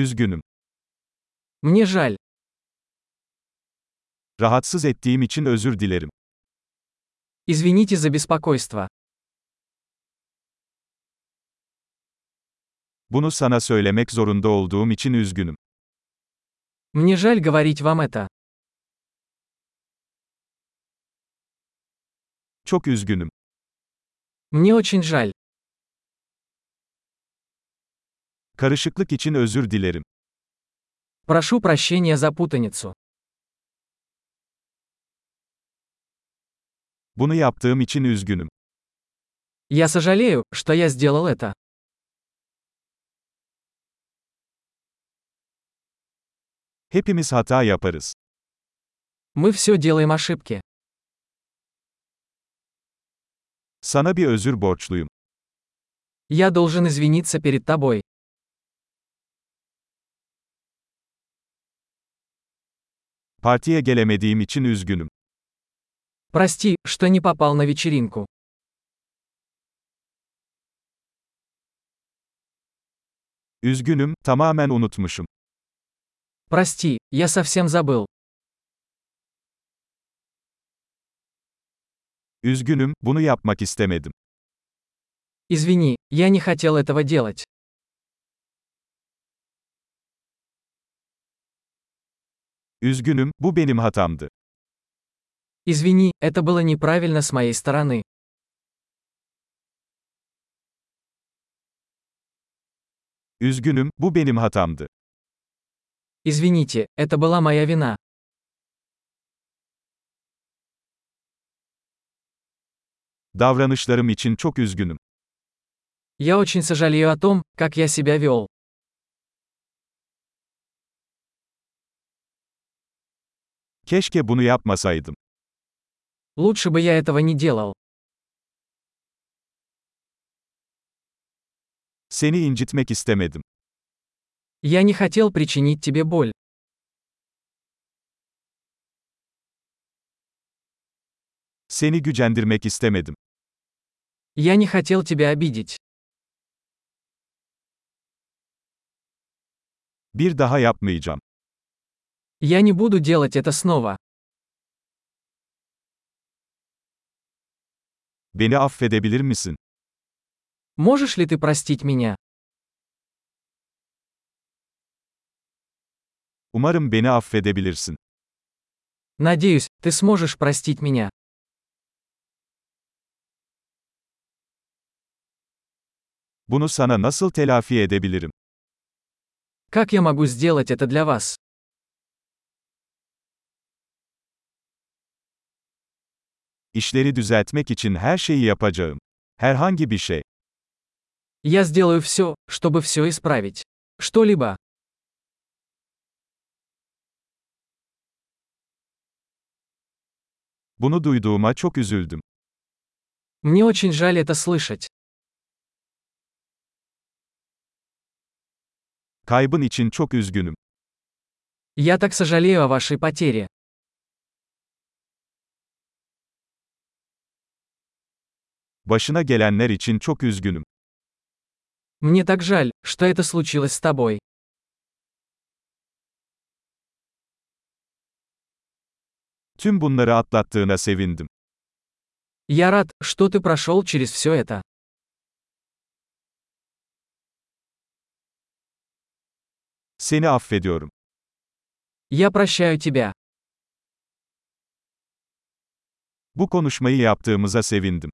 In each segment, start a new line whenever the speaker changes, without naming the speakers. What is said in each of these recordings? Üzgünüm.
Мне жаль.
Rahatsız ettiğim için özür dilerim.
Извините за беспокойство.
Bunu sana söylemek zorunda olduğum için üzgünüm.
Мне жаль говорить вам это.
Çok üzgünüm.
Мне очень жаль.
Karışıklık için özür dilerim.
Прошу прощения за путаницу.
Bunu yaptığım için üzgünüm.
Я сожалею, что я сделал это.
Hepimiz hata yaparız.
Мы все делаем ошибки.
Sana bir özür borçluyum.
Я должен извиниться перед тобой.
Partiye gelemediğim için üzgünüm.
Прости, что не попал на вечеринку.
Üzgünüm, tamamen unutmuşum.
Прости, я совсем забыл.
Üzgünüm, bunu yapmak istemedim.
Извини, я не хотел этого делать.
Üzgünüm, bu benim hatamdı.
Извини, это было неправильно с моей стороны.
Üzgünüm, bu benim hatamdı.
Извините, это была моя вина.
Davranışlarım için çok üzgünüm.
Я очень сожалею о том, как я себя вел.
Keşke bunu yapmasaydım.
Лучше бы я этого не делал.
Seni incitmek istemedim.
Я не хотел причинить тебе боль.
Seni gücendirmek istemedim.
Я не хотел тебя обидеть.
Bir daha yapmayacağım.
Я не буду делать это снова.
Beni affedebilir misin?
Можешь ли ты простить меня?
Umarım beni affedebilirsin.
Надеюсь, ты сможешь простить меня.
Bunu sana nasıl telafi edebilirim?
Как я могу сделать это для вас?
İşleri düzeltmek için her şeyi yapacağım. Herhangi bir şey.
Я сделаю все, чтобы все исправить. Что-либо.
Bunu duyduğuma çok üzüldüm.
Мне очень жаль это слышать.
Kaybın için çok üzgünüm.
Я так сожалею о вашей потере.
Başına gelenler için çok üzgünüm.
Мне так жаль, что это случилось с тобой.
Tüm bunları atlattığına sevindim.
Я рад, что ты прошел через все это.
Seni affediyorum.
Я прощаю тебя.
Bu konuşmayı yaptığımıza sevindim.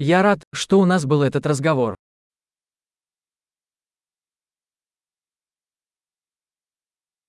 Я рад, что у нас был этот разговор.